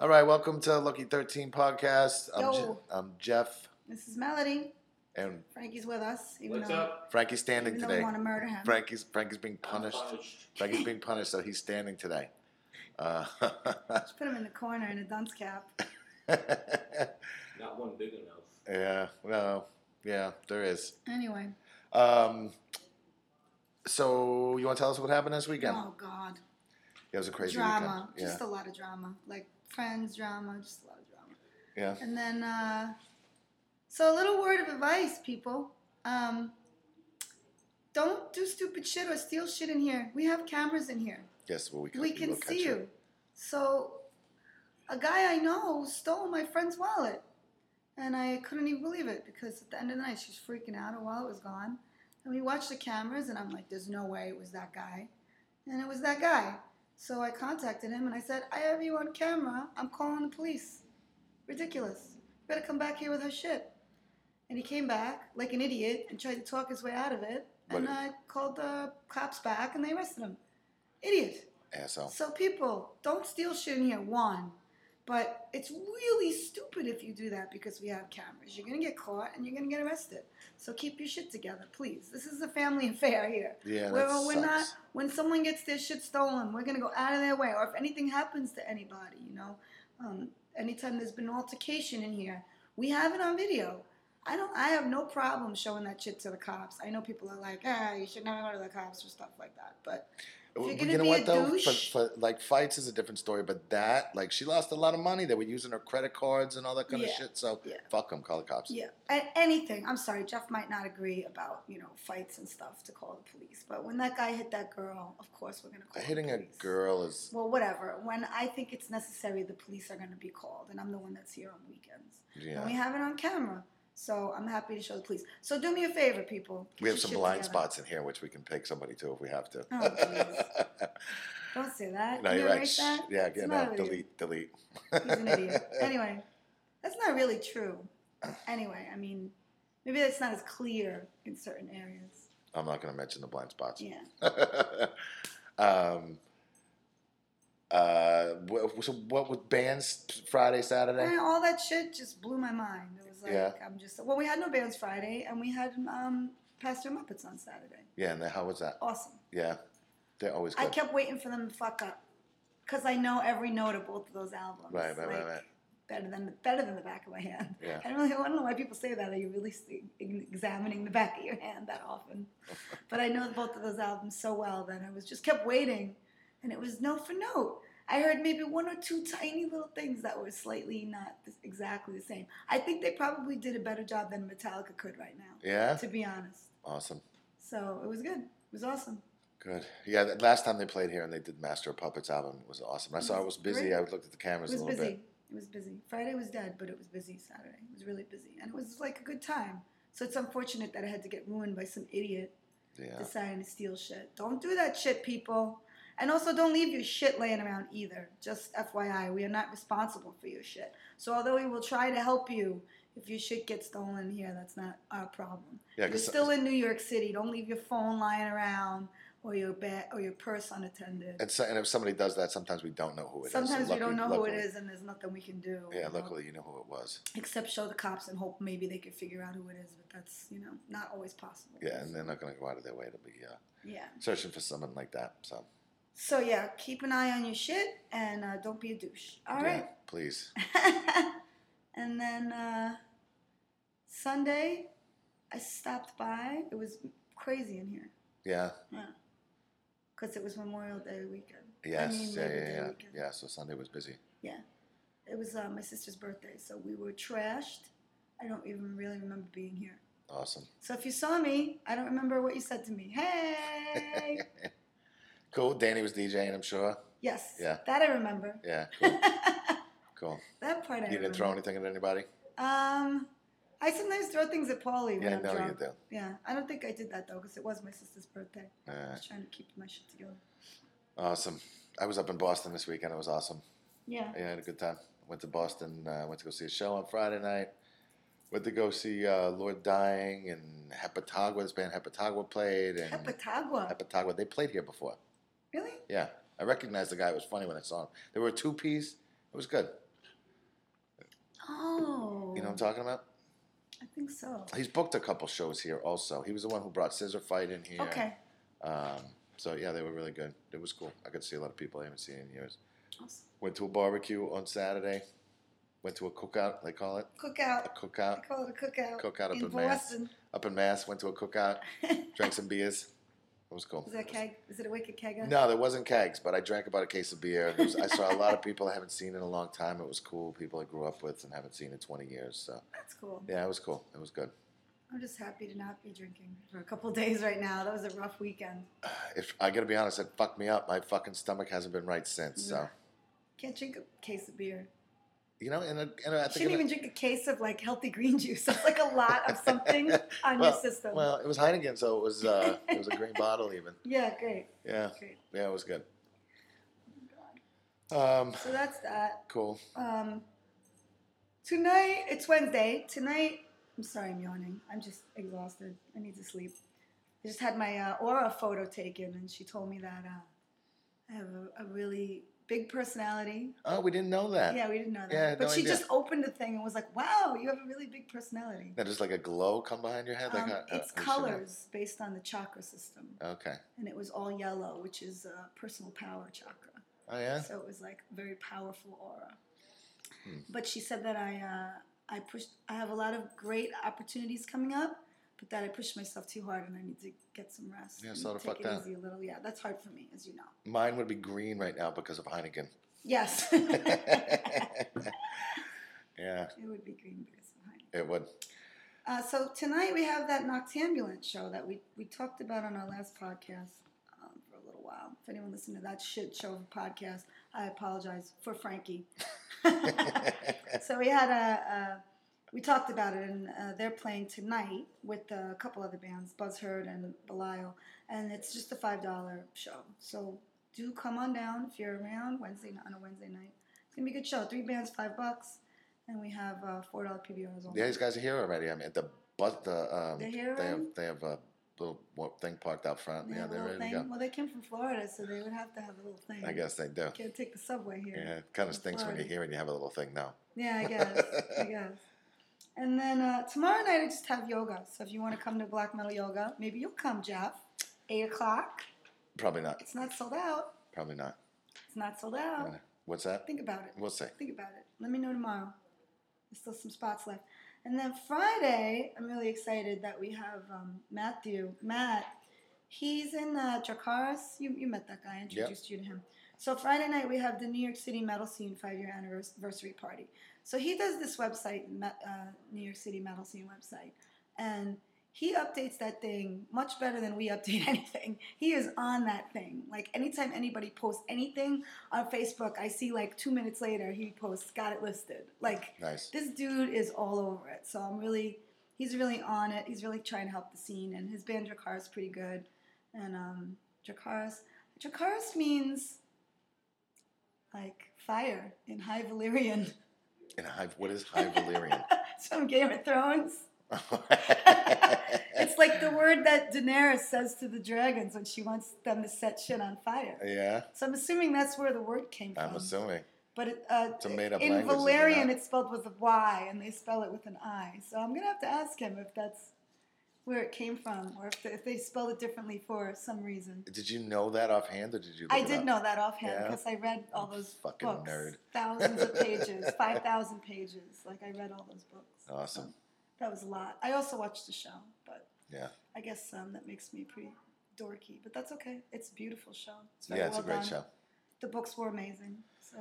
All right, welcome to Lucky 13 Podcast. I'm, Je- Yo. I'm Jeff, This is Melody. and Frankie's with us. Even What's though, up? Frankie's standing even though we today. want to murder him. Frankie's Frankie's being punished. Punished. Frankie's being punished, so he's standing today. Uh, Just put him in the corner in a dunce cap. Not one big enough. yeah, no, yeah, there is. Anyway. Um, so you want to tell us what happened this weekend? Oh God. It was a crazy drama. weekend. Just a lot of drama. Like friends drama. Just a lot of drama. Yeah, And then, uh, so a little word of advice, people. Um, don't do stupid shit or steal shit in here. We have cameras in here. yeah. Yes, well, we can. we will can catch see you. So, a guy I know stole my friend's wallet, and I couldn't even believe it because at the end of the night she's freaking out. Her wallet was gone, and we watched the cameras, and I'm like, "There's no way it was that guy," and it was that guy. So I contacted him and I said, "I have you on camera. I'm calling the police. Ridiculous. You better come back here with her shit." And he came back like an idiot and tried to talk his way out of it. And But- I called the cops back, and they arrested him. Idiot. Asshole. So people, don't steal shit in here. One, but it's really stupid if you do that because we have cameras. You're gonna get caught and you're gonna get arrested. So keep your shit together, please. This is a family affair here. Yeah, We're- that sucks. we're not. When someone gets their shit stolen, we're gonna go out of their way. Or if anything happens to anybody, you know, um, anytime there's been an altercation in here, we have it on video. I don't. I have no problem showing that shit to the cops. I know people are like, ah, you should never go to the cops or stuff like that, but. If you're Well, gonna you know be what a though? For, douche- for, like fights is a different story, but that like she lost a lot of money. They were using her credit cards and all that kind of Yeah. shit. So Yeah. fuck them. Call the cops. Yeah, a- anything. I'm sorry, Jeff might not agree about you know fights and stuff to call the police, but when that guy hit that girl, of course we're gonna call. the Hitting a police. girl is Well, whatever. When I think it's necessary, the police are gonna be called, and I'm the one that's here on weekends. yeah. And we We, have it on camera, so I'm happy to show the police. So do me a favor, people. Get have your some shit blind together. spots in here which we can take somebody to if we have to. Oh, jeez. Don't say that. no, Can you're you right. erase Shh. that? Yeah, What's yeah the no, matter with you? delete, delete. He's an idiot. Anyway, that's not really true. Anyway, I mean, maybe that's not as clear in certain areas. I'm not going to mention the blind spots. Yeah. um, uh, wh- so what was bands Friday, Saturday? And all that shit just blew my mind. It was like Yeah. I'm just well, we had no bands Friday, and we had um, Pastor Muppets on Saturday. Yeah, and then how was that? Awesome. Yeah, they're always good. I kept waiting for them to fuck up because I know every note of both of those albums. right, right, right, like, right. Better than better than the back of my hand. Yeah. I don't really I don't know why people say that. Are you really see, examining the back of your hand that often? but I know both of those albums so well that I was just kept waiting, and it was note for note. I heard maybe one or two tiny little things that were slightly not th- exactly the same. I think they probably did a better job than Metallica could right now, Yeah. to be honest. Awesome. So it was good. It was awesome. Good. Yeah. The last time they played here and they did Master of Puppets album it was awesome. I saw I was busy. Great. I looked at the It cameras was a little busy. It was busy. Friday was dead, but it was busy Saturday. It was really busy, and it was like a good time. So it's unfortunate that I had to get ruined by some idiot bit. Yeah. deciding to steal shit. Don't do that shit, people. And also, don't leave your shit laying around either. Just FYI, we are not responsible for your shit. So, although we will try to help you, if your shit gets stolen here, that's not our problem. Yeah. uh, You're 'cause- still in New York City. Don't leave your phone lying around or your bed or your purse unattended. and, so, and if somebody does that, sometimes we don't know who it is. Sometimes So we don't know luckily- who it luckily- is, and there's nothing we can do. you Yeah. know, Luckily, you know who it was. Except show the cops and hope maybe they could figure out who it is, but that's you know not always possible. Yeah. And they're not going to go out of their way to be uh, yeah. searching for someone like that. So. So yeah, keep an eye on your shit and uh, don't be a douche. All yeah, right. Please. and then uh, Sunday, I stopped by. It was crazy in here Yeah. because it was Memorial Day weekend. Yes. mean, yeah. Labor Yeah. Day Yeah. weekend. Yeah. So Sunday was busy. It was uh, my sister's birthday, so we were trashed. I don't even really remember being here. Awesome. So if you saw me, I don't remember what you said to me. Hey. Cool. Danny was DJing. I'm sure. yes. Yeah. That I remember. Yeah. Cool. that cool. part I You didn't remember. throw anything at anybody. Um, I sometimes throw things at Paulie when Yeah. I'm No, drunk. you did. Yeah, I don't think I did that though, because it was my sister's birthday. I Uh, was trying to keep my shit together. Awesome. I was up in Boston this weekend. It was awesome. Yeah. Yeah, I had a good time. Went to Boston. Uh, went to go see a show on Friday night. Went to go see uh, Lord Dying and Hepatagua. This band Hepatagua played. And Epitagua. Hepatagua. They played here before. really? Yeah. I recognized the guy. It was funny when I saw him. They were a two piece. It was good. Oh. You know what I'm talking about? I think so. He's booked a couple shows here also. He was the one who brought Scissor Fight in here. Okay. Um, so yeah, they were really good. It was cool. I could see a lot of people I haven't seen in years. Awesome. Went to a barbecue on Saturday. Went to a cookout. They call it Cookout. a I cookout call it a cookout. Cookout up in in Mass. Boston. up in Mass. Went to a cookout. Is Drank some beers. It was cool. that keg? Is it a wicked kegger? No, there wasn't kegs, but I drank about a case of beer. There was- I saw a lot of people I haven't seen in a long time. It was cool. People I grew up with and haven't seen in 20 years. So That's cool. yeah, it was cool. It was good. I'm just happy to not be drinking for a couple days right now. That was a rough weekend. If I gotta be honest, it fucked me up. My fucking stomach hasn't been right since. So Yeah. Can't drink a case of beer. you know, and, I- and I You think shouldn't even drink a case of like healthy green juice. That's like a lot of something on your Well, system. well, it was Heineken, so it was uh, it was a green bottle even. yeah, great, Yeah, great. yeah, it was good. Um, So that's that. cool. Um, tonight it's Wednesday. Tonight, I'm sorry, I'm yawning. I'm just exhausted. I need to sleep. I just had my uh, aura photo taken, and she told me that uh, I have a, a really big personality. Oh, we didn't know that. Yeah, we didn't know that. Yeah, I had but no she idea. just opened the thing and was like, "Wow, you have a really big personality." Now, just like a glow come behind your head, like Um, how- how- it's how should I- colors based on the chakra system, Okay. and it was all yellow, which is uh, personal power chakra. Oh yeah. So it was like very powerful aura. Hmm. But she said that I uh, I pushed. I have a lot of great opportunities coming up, but that I pushed myself too hard and I need to get some rest. Yeah, and so the take fuck it that. easy a little. Yeah, that's hard for me, as you know. Mine would be green right now because of Heineken. Yes, it yeah, would be green because of honey. it would. Uh, so tonight we have that Noctambulant show that we, we talked about on our last podcast um, for a little while. If anyone listened to that shit show of a podcast, I apologize for Frankie. so we had a, a we talked about it, and uh, they're playing tonight with a couple other bands, Buzz Heard and Belial, and it's just a five dollar show. So do come on down if you're around Wednesday on a Wednesday night. It's gonna be a good show. Three bands, five bucks, and we have uh, four dollar PBRs. only. yeah, these guys are here already. I mean, the but the um, they They're here have already? they have a little what, thing parked out front. They yeah, have a they're little ready thing. to Well, they came from Florida, so they would have to have a little thing. go. I guess they do. Can't take the subway here. Yeah, it kind of in stinks when you're Florida. here and you have a little thing now. Yeah, I guess. I guess. And then uh, tomorrow night I just have yoga. So if you want to come to Black Metal Yoga, maybe you'll come, Jeff. Eight o'clock. Probably not. It's not sold out. Probably not. It's not sold out. Uh, What's that? Think about it. We'll see. Think about it. Let me know tomorrow. There's still some spots left. And then Friday, I'm really excited that we have um, Matthew. Matt, he's in uh, Dracaris. You, you met that guy. I introduced you to him. So Friday night, we have the New York City Metal Scene five-year anniversary party. So he does this website, me- uh, New York City Metal Scene website, and he updates that thing much better than we update anything. He is on that thing. Like anytime anybody posts anything on Facebook, I see like two minutes later he posts got it listed. Like Nice. this dude is all over it. So I'm really, he's really on it. He's really trying to help the scene, and his band Dracar is pretty good. And um, Dracarys, Dracarys means like fire in High Valyrian. And high, what is high valerian? It's from Game of Thrones. It's like the word that Daenerys says to the dragons when she wants them to set shit on fire. yeah, So I'm assuming that's where the word came from. I'm assuming. But it, uh, It's a made-up in language, is it Valerian, not? it's spelled with a Y, and they spell it with an I. So I'm gonna have to ask him if that's where it came from, or if they, if they spelled it differently for some reason. Did you know that offhand, or did you? Look I it did up? know that offhand Yeah. because I read all those Fucking books, nerd. thousands of pages, five thousand pages. Like I read all those books. Awesome. So that was a lot. I also watched the show, but Yeah. I guess um, that makes me pretty dorky. But that's okay. It's a beautiful show. It's very Yeah, it's well a great done. show. The books were amazing. So.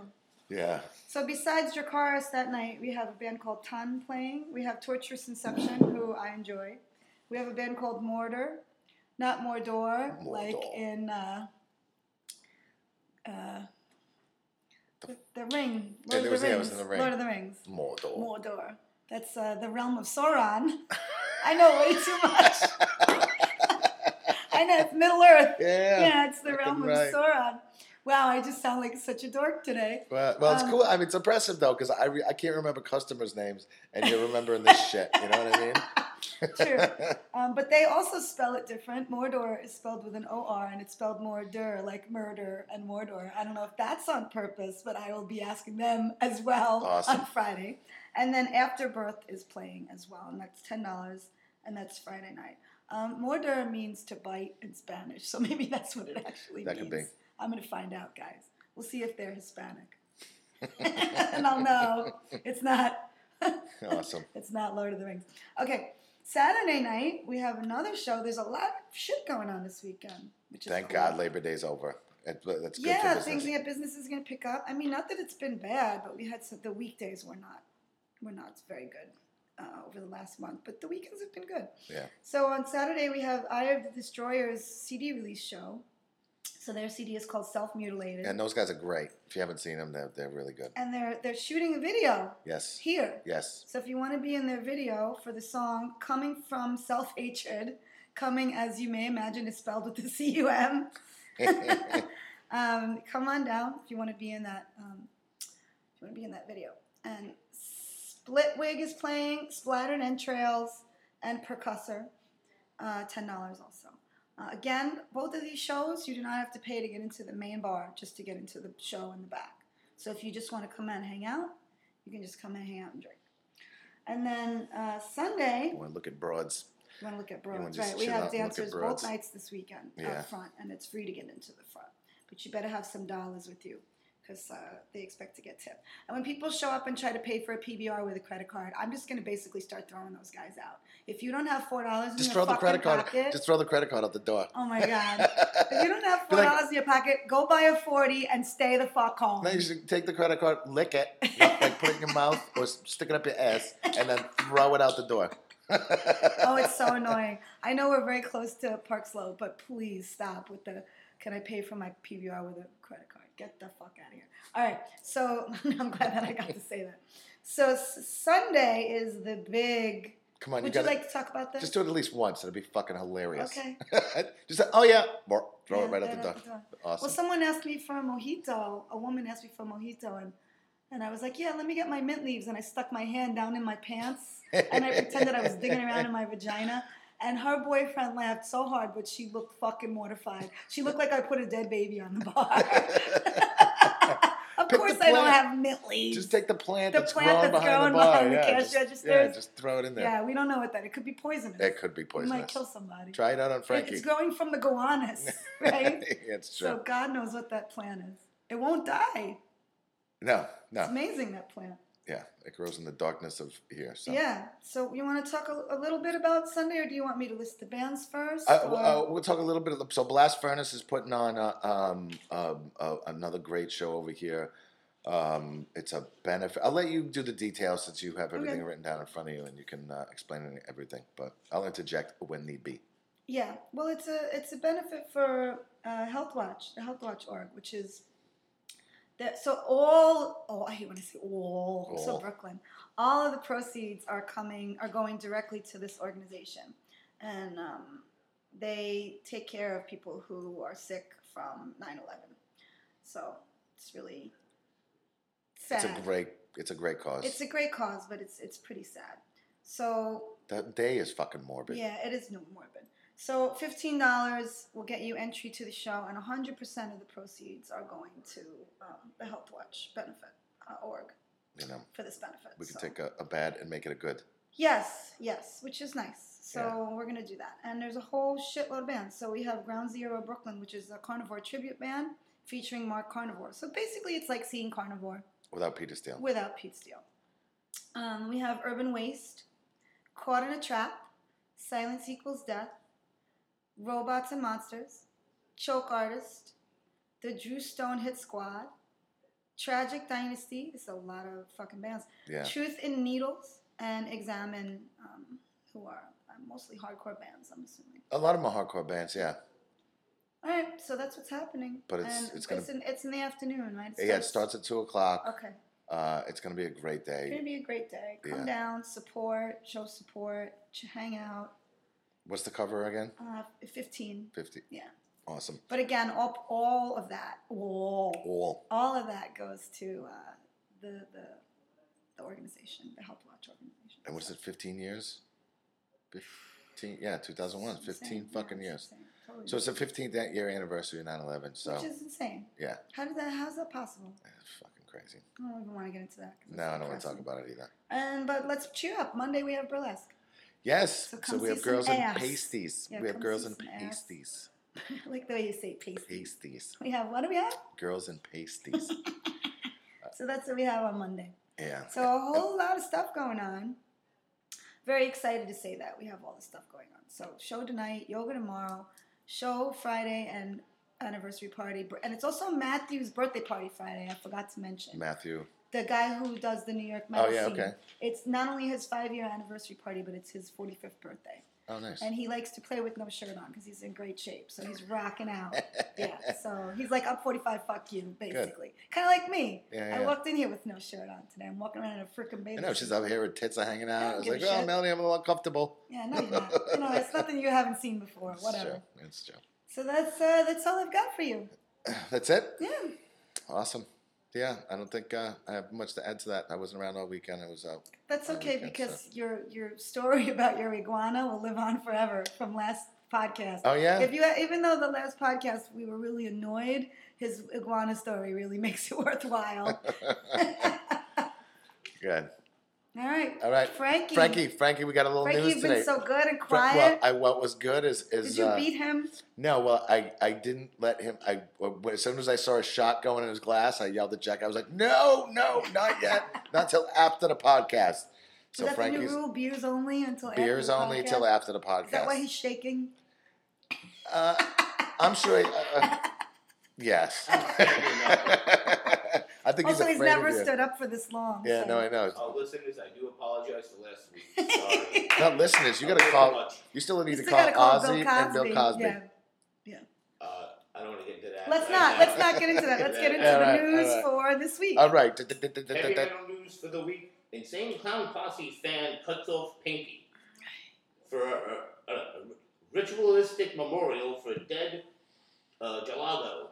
Yeah. So besides Dracaris that night, we have a band called Ton playing. We have Torturous Inception, who I enjoy. We have a band called Mortar, not Mordor, like Mordor. in uh, uh, the, the Ring, Lord Yeah, there of the was- Rings, yeah, it was in The Ring. Lord of the Rings, Mordor. Mordor. That's uh, the realm of Sauron. I know way too much. I know it's Middle Earth. Yeah. Yeah, it's the fucking realm right. of Sauron. Wow, I just sound like such a dork today. Well, well, it's Um, cool. I mean, it's impressive though, because I, re- I can't remember customers' names, and you're remembering this shit. You know what I mean? True. Um, but they also spell it different. Mordor is spelled with an O-R, and it's spelled Mordor, like murder and Mordor. I don't know if that's on purpose, but I will be asking them as well Awesome. on Friday. And then Afterbirth is playing as well, and that's ten dollars, and that's Friday night. Um, Mordor means to bite in Spanish, so maybe that's what it actually That could means. be. I'm gonna find out, guys. We'll see if they're Hispanic, and I'll know it's not awesome. it's not Lord of the Rings. Okay, Saturday night we have another show. There's a lot of shit going on this weekend, which is Thank cool. God Labor Day's over. It, that's good yeah, for things business. yeah business is gonna pick up. I mean, not that it's been bad, but we had some, the weekdays were not were not very good uh, over the last month, but the weekends have been good. Yeah. So on Saturday we have Eye of the Destroyer's CD release show. So their CD is called Self Mutilated, And those guys are great. If you haven't seen them, they're, they're really good. and they're they're shooting a video Yes. here. Yes. So if you want to be in their video for the song Coming from Self Hatred, coming as you may imagine is spelled with the C U M, um, come on down if you want to be in that um, if you want to be in that video. And Splitwig is playing, Splattered Entrails, and Percussor, uh, ten dollars also. Uh, again, both of these shows you do not have to pay to get into the main bar, just to get into the show in the back. So if you just want to come out and hang out, you can just come and hang out and drink. And then uh, Sunday, you want to look at broads. you want to look at wanna broads, just right? We chill out and have look at dancers both broads. nights this weekend Yeah. up front, and it's free to get into the front. But you better have some dollars with you because uh, they expect to get tip. And when people show up and try to pay for a PBR with a credit card, I'm just going to basically start throwing those guys out. If you don't have four dollars in Just your throw the fucking credit card. pocket, Just throw the credit card out the door. oh my god. If you don't have Be four like- dollars in your pocket, go buy a forty and stay the fuck home. Now you should take the credit card, lick it, like put it in your mouth or s- stick it up your ass, and then throw it out the door. oh, it's so annoying. I know we're very close to Park Slope, but please stop with the can I pay for my PVR with a credit card? Get the fuck out of here. All right. So I'm glad that I got to say that. So S- Sunday is the big. Come on, Would you you gotta like to talk about that? just do it at least once. It'll be fucking hilarious. Okay. just say, oh yeah, Bork. throw it Yeah, right throw out the door. Awesome. Well, someone asked me for a mojito. A woman asked me for a mojito, and and I was like, "Yeah, let me get my mint leaves." And I stuck my hand down in my pants, and I pretended I was digging around in my vagina. And her boyfriend laughed so hard, but she looked fucking mortified. She looked like I put a dead baby on the bar. of Pick the course, I don't plant. have mint leaves. just take the plant The that's plant grown that's behind grown the bar. behind the yeah, cash just, Yeah, registers. just throw it in there. yeah, we don't know what that. It could be poisonous. It could be It might poisonous. kill somebody. Try it out on It- Frankie. It's growing from the goannas, right? it's true. So God knows what that plant is. It won't die. no, It's no. amazing that plant. Yeah, it grows in the darkness of here. So. Yeah. So you want to talk a, a little bit about Sunday, or do you want me to list the bands first? Uh, or- w- uh, we'll talk a little bit. Of, so Blast Furnace is putting on uh, um, um, uh, another great show over here. Um, it's a benefit. I'll let you do the details since you have everything Okay. written down in front of you and you can uh, explain everything. But I'll interject when need be. yeah. Well, it's a it's a benefit for uh, Health Watch, the Health Watch org, which is that. So all oh, I hate when I say all. I'm All. So Brooklyn. All of the proceeds are coming are going directly to this organization, and um, they take care of people who are sick from 9/11. So it's really sad. It's a great. It's a great cause. It's a great cause, but it's it's pretty sad. So that day is fucking morbid. yeah, it is no morbid. So fifteen dollars will get you entry to the show, and hundred percent of the proceeds are going to um, the Health Watch benefit uh, org You know, for this benefit. we can So- take a, a bad and make it a good. Yes, yes, which is nice. So Yeah. we're gonna do that. And there's a whole shitload of bands. So we have Ground Zero Brooklyn, which is a carnivore tribute band featuring Mark Carnivore. So basically, it's like seeing Carnivore Without Peter Steele. Without Pete Steele. Um, we have Urban Waste, Caught in a Trap, Silence Equals Death, Robots and Monsters, Choke Artist, The Drew Stone Hit Squad, Tragic Dynasty. It's a lot of fucking bands. yeah. Truth in Needles and Examine, um, who are uh, mostly hardcore bands, I'm assuming. A lot of my hardcore bands. Yeah. All right, so that's what's happening. But it's- and it's gonna- in, it's in the afternoon, right? yeah. It starts at two o'clock. Okay. Uh, it's gonna be a great It's gonna day. be a great day. Come Yeah. down, support, show support, ch- hang out. What's the cover again? Uh, Fifteen, Fifty. yeah. Awesome. But again, all all of that, all All. all of that goes to uh, the the the organization, the Health Watch organization. And was it 15 years? 15, yeah, 2001, It's insane. 15 Yeah, fucking it's years. insane. Totally. So it's the 15th year anniversary of 9 11. So, Which is insane. yeah, How did that? How's that possible? it's fucking crazy. I don't even want to get into that. 'cause it's No, I don't want to depressing. talk about it either. And but let's cheer up. Monday we have burlesque. Yes. So So, come we see have girls some and ass. pasties. Yeah, we have come girls see and some ass. pasties. I like the way you say pasty. Pasties. We have what do we have? Girls and pasties. So that's what we have on Monday. yeah. So a whole lot of stuff going on. Very excited to say that we have all this stuff going on. So show tonight, yoga tomorrow, show Friday, and anniversary party. Br- And it's also Matthew's birthday party Friday. I forgot to mention Matthew. the guy who does the New York. Oh, Metal yeah, scene. okay. It's not only his five-year anniversary party, but it's his 45th birthday. Oh, nice. And he likes to play with no shirt on because he's in great shape. So he's rocking out. yeah. So he's like, I'm 45, fuck you, basically. Kind of like me. Yeah, I yeah. walked in here with no shirt on today. I'm walking around in a freaking baby. I know she's suit. up here with tits are hanging out. don't I was give like, a oh, shit." Melanie, I'm a little uncomfortable. Yeah, no, you're not. you know, it's nothing you haven't seen before. It's Whatever. true. It's true. So that's uh, that's all I've got for you. That's it. Yeah. Awesome. Yeah, I don't think uh, I have much to add to that. I wasn't around all weekend. I was out. That's I like okay that because your your story about your iguana will live on forever from last podcast. Oh yeah. If you even though the last podcast we were really annoyed, his iguana story really makes it worthwhile. Good. All right. All right. Frankie. Frankie, Frankie, we got a little Frankie, news you've today. been so good and Fra- quiet. Well, I, what was good is is Did you uh, beat him? no. Well, I I didn't let him. I well, as soon as I saw a shot going in his glass, I yelled at Jack. I was like, no, no, not yet. not till after the podcast. Is So that the new Frankie's rule? Beers only until after beers the only till podcast? after the podcast. Is that why he's shaking? Uh, I'm sure. uh, uh, yes. I think Also, he's, he's afraid never of you. stood up for this long. Yeah, so. no, I know. Oh, listeners, I do apologize for last week. Sorry. Now, listeners, you I got to work call. much. You still need You to still call, gotta call Ozzy and Bill Cosby. Yeah. Uh, I don't want to get into that. Let's right not. now. Let's not get into that. Let's get into All right, the all news right. for this week. All right. d- d- d- d- d- Heavy d- metal news for the week. Insane Clown Posse fan cuts off pinky for a, a, a ritualistic memorial for dead uh, Gelato.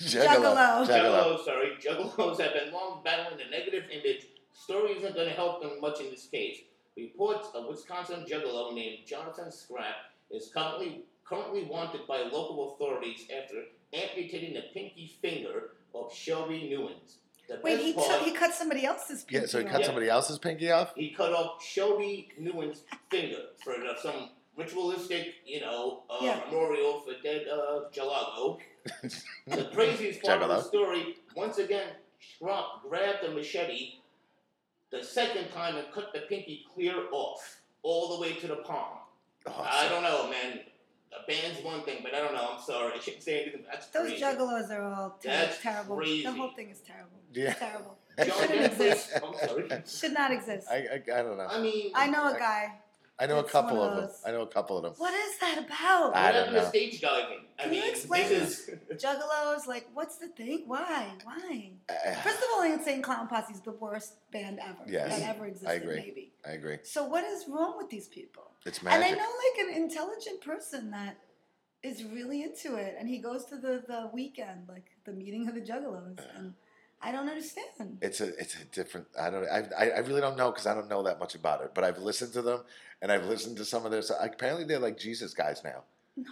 Juggalo. Juggalo. Juggalo. Juggalos, sorry. Juggalos have been long battling the negative image. Story isn't going to help them much in this case. Reports of Wisconsin Juggalo named Jonathan Scrap is currently currently wanted by local authorities after amputating the pinky finger of Shelby Newens. The Wait, best he part, took, he cut somebody else's. Yeah, so he pinky cut Yeah. off. somebody else's pinky off? he cut off Shelby Newens' finger for the- some ritualistic, you know, uh, Yeah. memorial for dead uh, Jalago. the craziest part of the Juggalo. story, once again, Trump grabbed the machete the second time and cut the pinky clear off, all the way to the palm. Oh, I Awesome. don't know, man. A band's one thing, but I don't know. I'm sorry. I shouldn't say anything. but That's Those crazy. juggalos are all ter- That's terrible. crazy. The whole thing is terrible. Yeah. It's terrible. John shouldn't Jeffries- exist. I'm sorry. Should not exist. I, I, I, I don't know. I mean, know a I- guy. I know a It's couple one of of them. those- I know a couple of them. What is that about? I what don't happened to know. stage diving? I Can you mean, explain this is Juggalos, like, what's the thing? Why? Why? I, First of all, Insane Clown Posse is the worst band ever Yes, that ever existed. agree. Maybe. I agree. So what is wrong with these people? It's And I magic. know like an intelligent person that is really into it, and he goes to the the weekend, like the meeting of the Juggalos, Uh. and I don't understand. It's a it's a different. I don't. I I I really don't know because I don't know that much about it. But I've listened to them, and I've listened to some of their. So apparently, they're like Jesus guys now.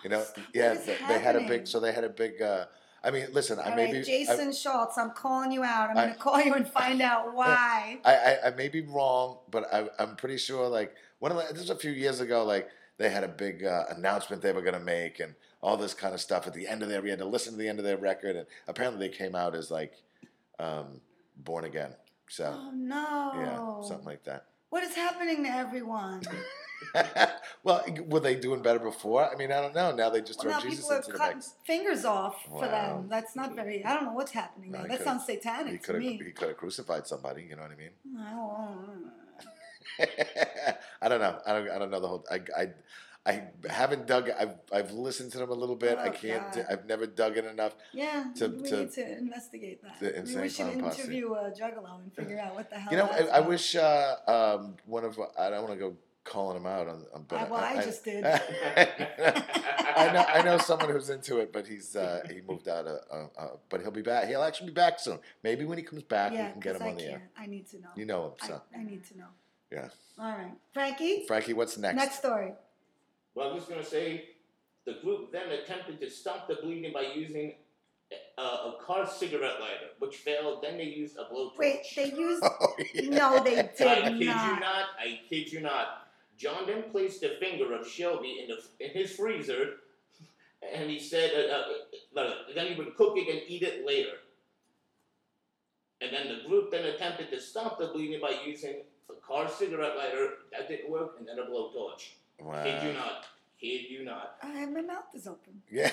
You know? stop. What Yeah. is They, they had a happening? big. So they had a big. uh I mean, listen. All I right, maybe. I- Jason Schultz, I'm calling you out. I'm I- going to call you and find out why. I, I, I may be wrong, but I, I'm pretty sure like one of the, this was a few years ago, like they had a big uh, announcement they were gonna make and all this kind of stuff at the end of their. We had to listen to the end of their record, and apparently they came out as like um, born again. So Oh no! yeah, something like that. what is happening to everyone? well, were they doing better before? I mean, I don't know. Now they just Well, now throw Jesus people are into the cutting mix. fingers off for Wow. them. That's not very. I don't know what's happening No, there. he That could've- sounds He satanic to could have me. he could have crucified somebody. You know what I mean? I I don't- don't know. I don't. I don't know the whole. I. I I haven't dug. I've I've listened to them a little bit. I Oh, can't. God. I've never dug in enough. Yeah, To- we to- need to investigate that. the Maybe insane we should clown posse. interview a juggalo and figure out what the hell. You know, Oh, that's I, I about. wish uh, um, one of. I don't want to go calling them out on. on but I, well, I, just did. I know. I know someone who's into it, but he's uh, he moved out. Uh, uh, uh, but he'll be back. He'll actually be back soon. Maybe when he comes back, yeah, we can get 'cause him on I the can't. air. I need to know. You know him, I, so I need to know. yeah. All right, Frankie. Frankie, what's next? Next story. Well, I'm just going to say the group then attempted to stop the bleeding by using a, a car cigarette lighter, which failed. Then they used a blowtorch. Wait, they used. Oh, yeah. No, they I did kid you not. not. I kid you not. John then placed the finger of Shelby in, the, in his freezer, and he said, uh, uh, no, "Then he would cook it and eat it later." And then the group then attempted to stop the bleeding by using a car cigarette lighter. That didn't work, and then a blowtorch. Wow. Kid you not. Kid you not. I, Uh, my mouth is open. Yeah.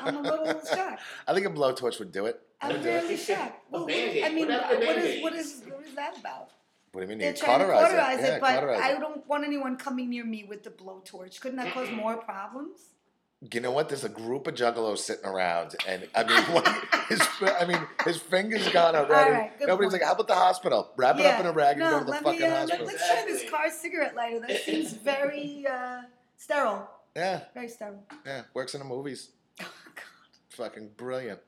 I'm a little shocked. I think a blowtorch would do it. I'm really shocked. A Well, what- Band-Aid. I mean, What happened to what is Band-Aids? what is what is that about? What do you mean? They're You trying to cauterize, cauterize it, Yeah, but cauterize I it. don't want anyone coming near me with the blowtorch. Couldn't that cause more problems? You know what? There's a group of juggalos sitting around, and I mean, one, his, I mean, his fingers gone already. All right, good Nobody's point. like, "How about the hospital? Wrap it up in a rag and no, go to the let fucking me, uh, hospital." Let, us try this Exactly. car cigarette lighter. That seems very uh, sterile. yeah, Very sterile. yeah, works in the movies. Oh, God. Fucking brilliant.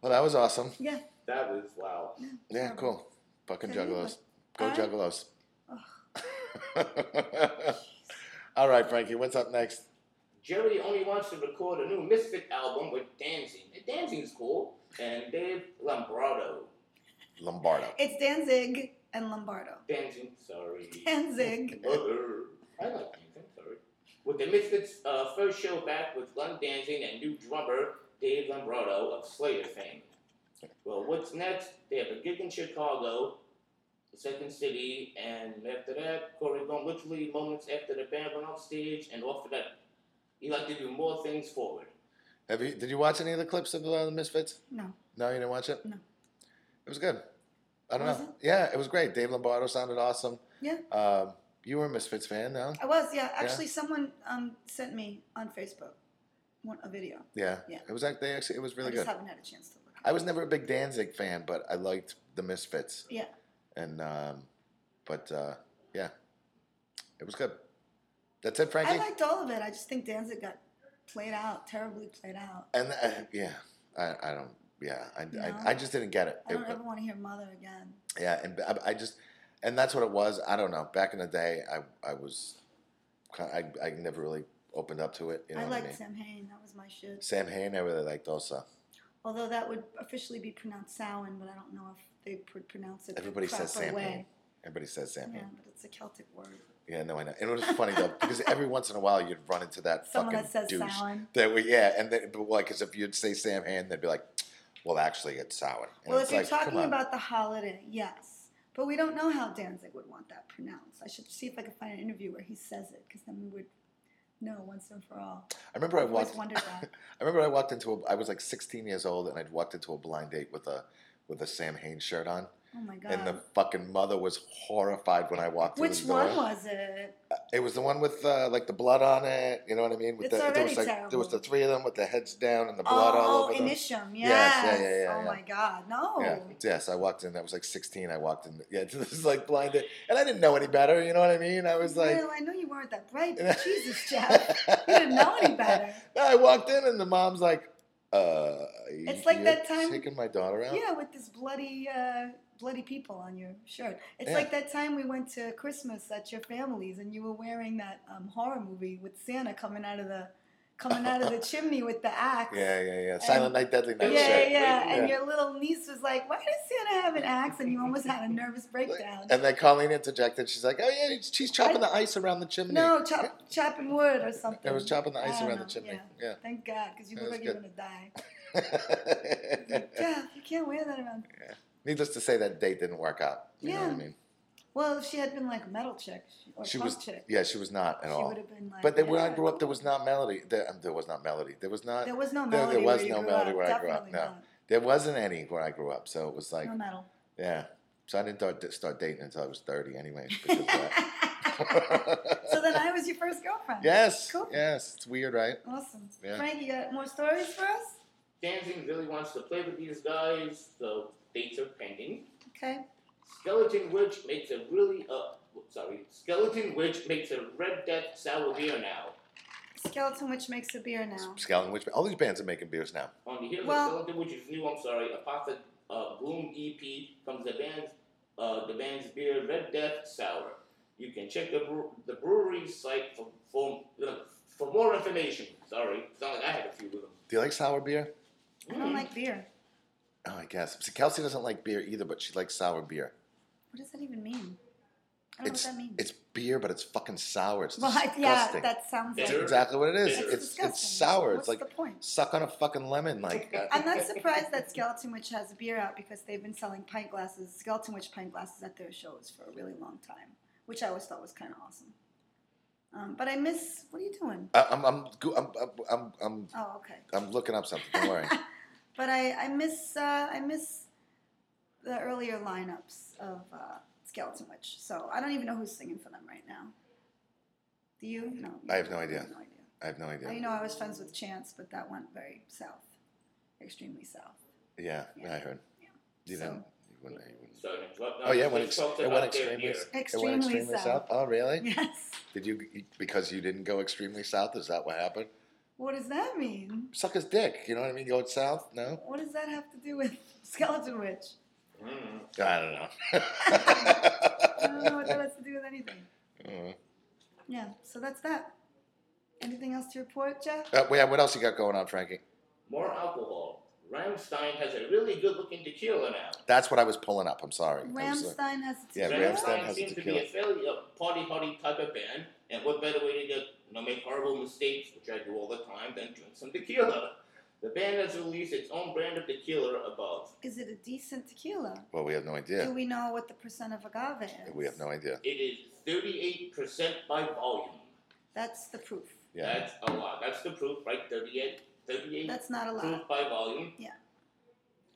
Well, that was awesome. Yeah. That was wow. Yeah, Yeah. cool. Fucking Yeah, juggalos. Go All right. juggalos. All right, Frankie, what's up next? Jerry only wants to record a new Misfit album with Danzig. Danzig's cool, and Dave Lombardo. Lombardo. It's Danzig and Lombardo. Danzig, sorry. Danzig. Brother. I like Danzig, sorry. With the Misfits' uh, first show back with Glenn Danzig and new drummer Dave Lombardo of Slayer fame. Well, what's next? They have a gig in Chicago, the second city, and after that, Corey Bone literally moments after the band went off stage and offered that he liked to do more things forward. Have you? Did you watch any of the clips of uh, the Misfits? No. No, you didn't watch it. No. It was good. I don't Was know. it? Yeah, it was great. Dave Lombardo sounded awesome. Yeah. Um, you were a Misfits fan, no? I was, yeah. Actually, someone um, sent me on Facebook one- a video. Yeah. Yeah. It was act- they actually. It was really I just good. haven't had a chance to look. I was never a big Danzig fan, but I liked the Misfits. Yeah. And um, but uh, yeah, it was good. That's it, I Frankie. liked all of it. I just think Danzig got played out, terribly played out. and uh, yeah, I, I don't. Yeah, I, No. I, I just didn't get it. I don't It- ever want to hear Mother again. Yeah, and I, I just, and that's what it was. I don't know. Back in the day, I I was, ki- I I never really opened up to it. You know I what I liked mean? Sam Hain. That was my shit. Sam Hain, I really liked also. Although that would officially be pronounced Samhain, but I don't know if they would pronounce it Everybody the proper says Sam way. Hain. Everybody says Sam Yeah, Hain. but it's a Celtic word. Yeah, no, I know. And it was funny though because every once in a while you'd run into that Someone fucking that says douche. Samhain. That we, yeah, and then but like, cause if you'd say Sam Hain, they'd be like, well, actually, it's Samhain. And Well, it's if you're like, come talking on. about the holiday, yes. But we don't know how Danzig would want that pronounced. I should see if I can find an interview where he says it, because then we would know once and for all. I remember I I've always walked. wondered that. I remember I walked into a. I was like 16 years old, and I'd walked into a blind date with a with a Sam Hain shirt on. Oh my god. And the fucking mother was horrified when I walked through Which the door. one was it? It was the one with uh, like the blood on it. You know what I mean? With It's the, there was already like there was terrible. the three of them with the heads down and the blood oh, all oh, over them. Inisham. Yes. Yes, yeah, yeah, yeah, oh yeah. my god. No. Yeah, yes. I walked in. I was like 16. I walked in. Yeah, this is like blind date, and I didn't know any better. You know what I mean? I was like, well, I know you weren't that bright, but Jesus, Jeff, you didn't know any better. I walked in, and the mom's like, "Uh, It's like you're that time- taking my daughter out." Yeah, with this bloody, uh, bloody people on your shirt. It's Yeah. like that time we went to Christmas at your family's, and you were wearing that um, horror movie with Santa coming out of the, coming out of the chimney with the axe. yeah, yeah. yeah. Silent Night, Deadly Yeah, Night. yeah, shit. Right, yeah. right, And yeah. your little niece was like, "Why does Santa have an axe?" And you almost had a nervous breakdown. And then Colleen interjected. She's like, "Oh yeah, she's chopping the ice around the chimney." No, chop, chopping wood or something. It was chopping the I ice don't around know, the chimney. Yeah. Thank God, because you That look was like you're good. gonna die. Yeah, you can't wear that around. Needless to say, that date didn't work out. You know what I Yeah. mean? Well, if she had been like a metal chick sh- or She punk was, chick, yeah, she was not at she all. would have been like. But then yeah, when I grew up, there was not melody. There, um, there was not melody. There was not. There was no there- there melody. was where you no grew melody up. where I grew up, Definitely no. There wasn't any where I grew up, so it was like, not. No metal. yeah. So I didn't start, start dating until I was thirty, anyway. Because of so that. then I was your first girlfriend. yes, Cool. yes, it's weird, right? Awesome. Yeah. Frank, you got more stories for us? Danzig really wants to play with these guys, so dates are pending. Okay. Skeleton Witch makes a really uh sorry, Skeleton Witch makes a Red Death sour beer now. Skeleton Witch makes a beer now. Skeleton Witch. All these bands are making beers now. On here's Well- the Skeleton Witch is new. I'm sorry, Apothe E uh, Gloom EP comes the band's uh, the band's beer Red Death sour. You can check the, brew- the brewery site for, for, uh, for more information. Sorry, it's not like I had a few of them. Do you like sour beer? I mm. don't like beer. Oh, I guess. See, Kelsey doesn't like beer either, but she likes sour beer. What does that even mean? I don't It's know what that means. it's beer, but it's fucking sour. It's well, I- disgusting. yeah, that sounds That's Bitter. like exactly what it is. Bitter. It's It's it's, disgusting. sour. What's it's like the point? suck on a fucking lemon. Like uh, I'm not surprised that Skeleton Witch has a beer out because they've been selling pint glasses, Skeleton Witch pint glasses at their shows for a really long time, which I always thought was kind of awesome. Um, but I miss. What are you doing? I- I'm, I'm go- I'm I'm I'm I'm Oh, okay. I'm looking up something. Don't worry. But I, I miss uh, I miss the earlier lineups of uh, Skeleton Witch. So I don't even know who's singing for them right now. Do you? No. you I have no don't. idea. have no idea. I have no Oh, you idea. know, I was friends with Chance, but that went very south, extremely south. Yeah, Yeah. I heard. Yeah. You So- didn't. You wouldn't, you wouldn't. So, what- Oh yeah, we when ex- uh, talked it about went their extremely, beer. s- it Extremely went extremely south. south. Oh really? Yes. Did you because you didn't go extremely south? Is that what happened? What does that mean? Suck his dick. You know what I mean? Go south? No, What does that have to do with Skeleton Witch? Mm. I don't know. I don't know what that has to do with anything. Mm. Yeah. So that's that. Anything else to report, Jeff? Uh, yeah, what else you got going on, Frankie? More alcohol. Ramstein has a really good looking tequila now. That's what I was pulling up. I'm sorry. I was, uh, Ramstein has a Yeah, tequila? Rammstein has a seems to be tequila. a fairly a party hardy type of band, and what better way to get, you know, make horrible mistakes, which I do all the time, than drink some tequila. The band has released its own brand of tequila above. Is it a decent tequila? well, we have no idea. Do we know what the percent of agave is? We have no idea. It is 38% by volume. That's the proof. Yeah. That's a lot. That's the proof, right? 38, 38 That's not a proof lot. by volume.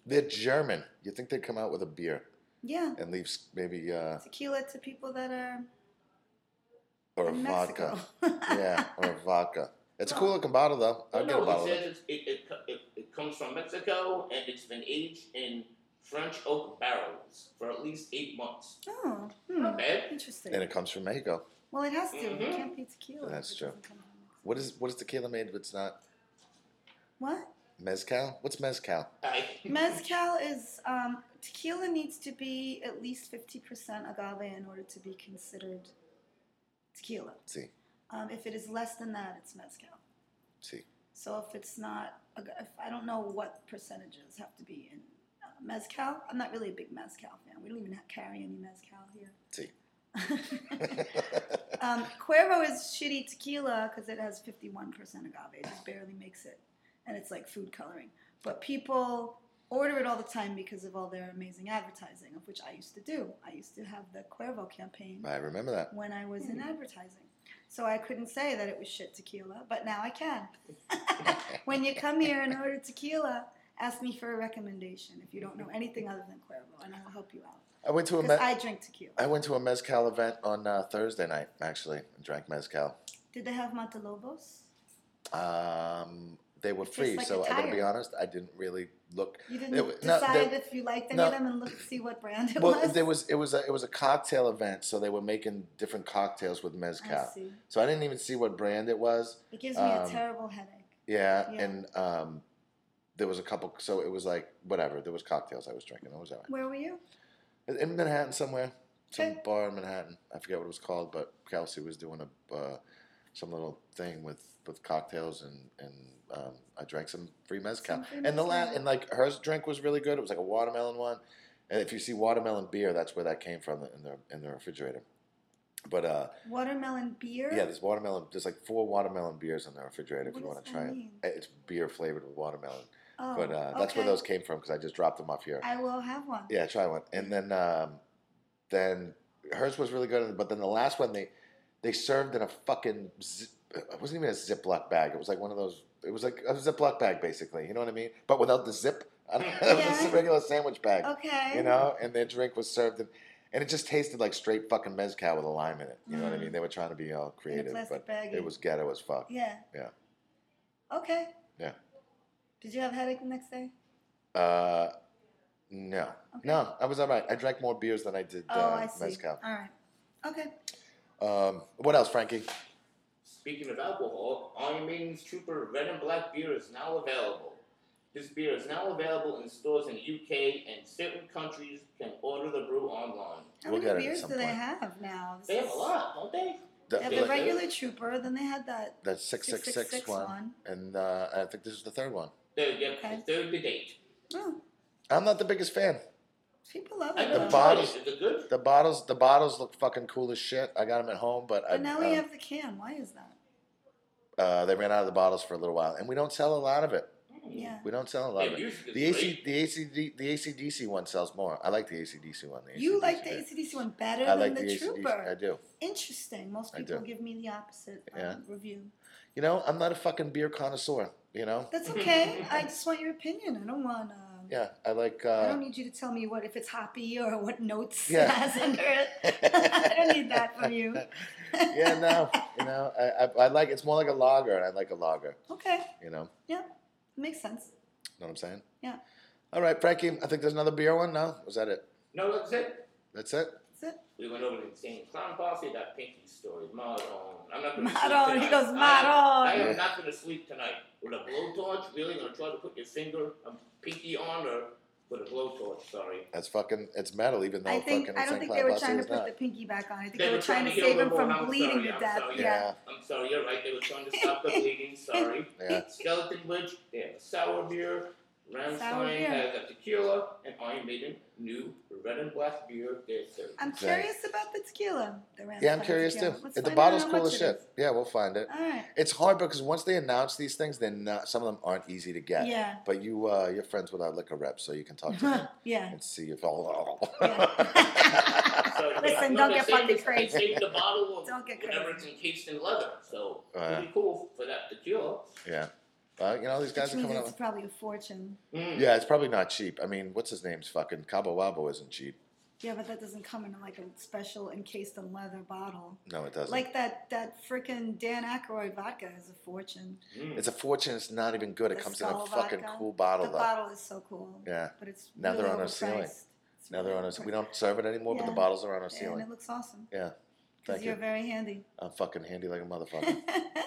They're German. You think they'd come out with a beer Yeah. and leave s- maybe uh, Tequila to people that are or a in vodka? Mexico. yeah, or a vodka. It's a No. cool looking bottle though. I'd Well, get a no, bottle. it Of it. says it's, it, it, co- it, it comes from Mexico and it's been aged in French oak barrels for at least eight months. oh, hmm. Not bad. Interesting. And it comes from Mexico. well, it has to. It Mhm. can't be tequila. if That's it true. doesn't come from Mexico. What is what is tequila made if it's not What? mezcal? What's mezcal? I, Mezcal is um, tequila needs to be at least fifty percent agave in order to be considered tequila. Let's see, Um, if it is less than that, it's mezcal. Let's see. So if it's not, if I don't know what percentages have to be in uh, mezcal. I'm not really a big mezcal fan. We don't even ha- carry any mezcal here. See. um, Cuervo is shitty tequila because it has 51% agave. It just barely makes it, and it's like food coloring. But people order it all the time because of all their amazing advertising, of which I used to do. I used to have the Cuervo campaign I remember that. when I was in advertising. So I couldn't say that it was shit tequila, but now I can. when you come here and order tequila, ask me for a recommendation if you don't know anything other than Cuervo, and I will help you out. I went to a me- Because I-, I drink tequila. went to a mezcal event on uh, Thursday night actually and drank mezcal. Did they have Montelobos? Um, they were It tastes free, like so a I gotta be tire. honest. I didn't really look. You didn't They were- no, decide they- if you liked any no. of them and look see what brand it Well, was. there was it was a it was a cocktail event, so they were making different cocktails with I mezcal. see. So I didn't even see what brand it was. It gives me a Um, terrible headache. Yeah, Yeah. and um, there was a couple. So it was like whatever. There was cocktails I was drinking. That was all Where were you? right. In Manhattan somewhere, some Okay. bar in Manhattan. I forget what it was called, but Kelsey was doing a uh, some little thing with with cocktails, and and um, I drank some free mezcal. Some free and the la- mezcal. and like hers drink was really good. It was like a watermelon one. And if you see watermelon beer, that's where that came from in the in the refrigerator. But uh, Watermelon beer? yeah, there's watermelon. There's like four watermelon beers in the refrigerator if What you does want to that try it. mean? It's beer flavored with watermelon. Oh, But uh, that's where okay. those came from because I just dropped them off here. I will have one. yeah, try one, and then um, then hers was really good. But then the last one they they served in a fucking zip, it wasn't even a Ziploc bag. It was like one of those. It was like a Ziploc bag basically. You know what I mean? But without the zip. I don't know, it was just a Yeah. regular sandwich bag. Okay. You know, and their drink was served in. And it just tasted like straight fucking mezcal with a lime in it. You know what I Mm. mean? They were trying to be all In a creative, plastic but baggie. it was ghetto as fuck. Yeah. Yeah. Okay. Yeah. Did you have a headache the next day? Uh, no, Okay. no, I was all right. I drank more beers than I did Oh, uh, I see. mezcal. All right. Okay. Um, what else, Frankie? Speaking of alcohol, Iron Maiden's Trooper Red and Black beer is now available. This beer is now available in stores in UK and certain countries can order the brew online. How We'll get it at many beers some do they point. have now? This They have a is- lot, don't they? They The, have Yeah, the but- the, regular trooper, then they had that the 666 one. And uh, I think this is the third one. They're, they're Okay. third to date. Oh, I'm not the biggest fan. people love I it. never The though. bottle- tried it. Is it good? The bottles, the bottles look fucking cool as shit. I got them at home, but, I, But now we uh, have the can. Why is that? uh, they ran out of the bottles for a little while, and we don't sell a lot of it. Yeah. We don't sell a lot Their of it. music is The AC, great. the ACD, the ACDC one sells more. I like the ACDC one. The You like the AC/DC ACDC one better I than like the, the, AC/DC. trooper. I do. Interesting. Most I people do. give me the opposite um, Yeah. review. You know, I'm not a fucking beer connoisseur. You know. That's okay. I just want your opinion. I don't want. Um, Yeah, I like. I Uh, don't need you to tell me what if it's hoppy or what notes Yeah. it has under it. I don't need that from you. yeah, no, you know, I, I, I like. It's more like a lager, and I like a lager. Okay. You know, Yeah. Makes sense. know what I'm saying? Yeah. All right, Frankie. I think there's another beer one. No, was that it? No, that's it. That's it. That's it. We went over the same clown posse, that pinky story, Maron. I'm not gonna Maron, sleep he tonight. goes, I, I Maron. am not gonna sleep tonight. With a blowtorch, really gonna try to put your finger, um, pinky on her with a blowtorch, sorry. That's fucking. It's metal, even though I think fucking I St. don't think Cloud they were Posse trying to is put not. the pinky back on. I think They they, were were trying trying to to save heal him the from wound, bleeding sorry, to I'm death. sorry, Yeah. I'm sorry, you're right, they were trying to stop the bleeding, sorry. Yeah. Skeleton Witch, they have a sour beer. Sour Ramstein beer. has a tequila, and Iron Maiden, new red and black beer, their third. I'm Right. curious about the tequila. The Yeah, I'm Ramstein curious too. tequila. Let's If the find out bottle's how cool much as it shit. is. Yeah, we'll find it. All right. It's hard because once they announce these things, they're not. Some of them aren't easy to get. Yeah. But you, uh, you're friends with our liquor rep, so you can talk to them yeah. and see if all. Yeah. So, Listen, yeah, don't no, they get saved fucking it- crazy. They saved the bottle of Don't get whatever it's crazy. encased in leather, so Yeah. pretty cool for that tequila. yeah. Well, you know these guys Which are means coming up. it's with- probably a fortune. Mm. Yeah, it's probably not cheap. I mean, what's his name's fucking Cabo Wabo isn't cheap. Yeah, but that doesn't come in like a special encased in leather bottle. No, it doesn't. Like that that frickin' Dan Aykroyd vodka is a fortune. Mm. it's a fortune. It's not even good. It The comes in a skull fucking vodka. cool bottle The though. bottle is so cool. Yeah. But it's Now they're really on our ceiling. overpriced. It's Now they're on really us. We overpriced. don't serve it anymore, but the Yeah. bottles are on our Yeah, ceiling. And it looks awesome. Yeah. Because Thank you're you. very handy. I'm fucking handy like a motherfucker. oh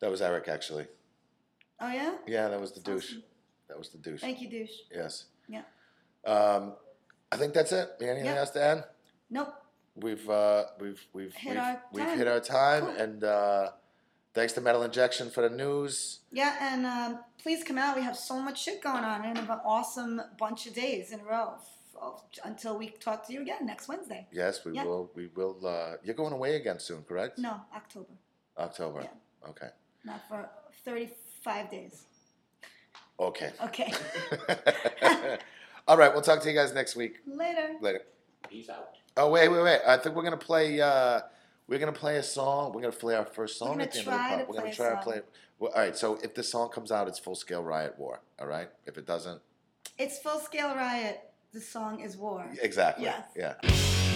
that was Eric actually. yeah? Yeah, that was the douche. Awesome. That was the douche. Thank you, douche. Yes. Yeah. Um, I think that's it. You got Anything Yeah. else to add? Nope. We've uh, we've we've Hit we've, our we've time. hit our time, Cool. and uh, thanks to Metal Injection for the news. Yeah, and um, please come out. We have so much shit going on and have an awesome bunch of days in a row f- until we talk to you again next Wednesday. Yes, we Yeah. will. We will. Uh, you're going away again soon, correct? No, October. October. Okay. Not for 35 days. Okay. Okay. All right. We'll talk to you guys next week. Later. Later. Peace out. Oh wait, wait, wait! I think we're gonna play. Uh, we're gonna play a song. We're gonna play our first song gonna at the end of the try pod. to we're gonna play a try to song. play. Well, all right. So if this song comes out, it's full scale riot war. All right. If it doesn't, It's Full Scale Riot. The song is War. exactly. Yes. Yeah.